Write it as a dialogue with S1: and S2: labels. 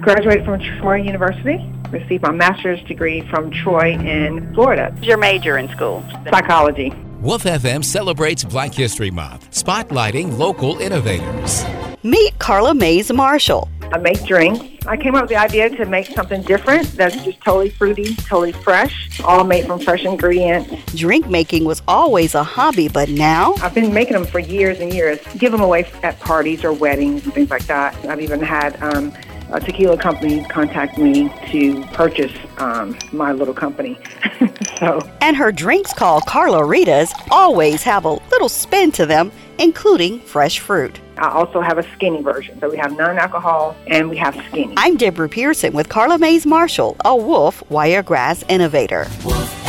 S1: graduated from Troy University, received my master's degree from Troy in Florida.
S2: What's your major in school?
S1: Psychology.
S3: Wolf FM celebrates Black History Month, spotlighting local innovators.
S4: Meet Carla Mays Marshall.
S1: I make drinks. I came up with the idea to make something different that's just totally fruity, totally fresh, all made from fresh ingredients.
S4: Drink making was always a hobby, but now
S1: I've been making them for years and years. Give them away at parties or weddings and things like that. I've even had um, a tequila company contact me to purchase um, my little company. so
S4: and her drinks called Carla Rita's always have a little spin to them, including fresh fruit.
S1: I also have a skinny version. So we have non-alcohol and we have skinny.
S4: I'm Deborah Pearson with Carla Mays Marshall, a Wolf Wiregrass innovator.
S5: Wolf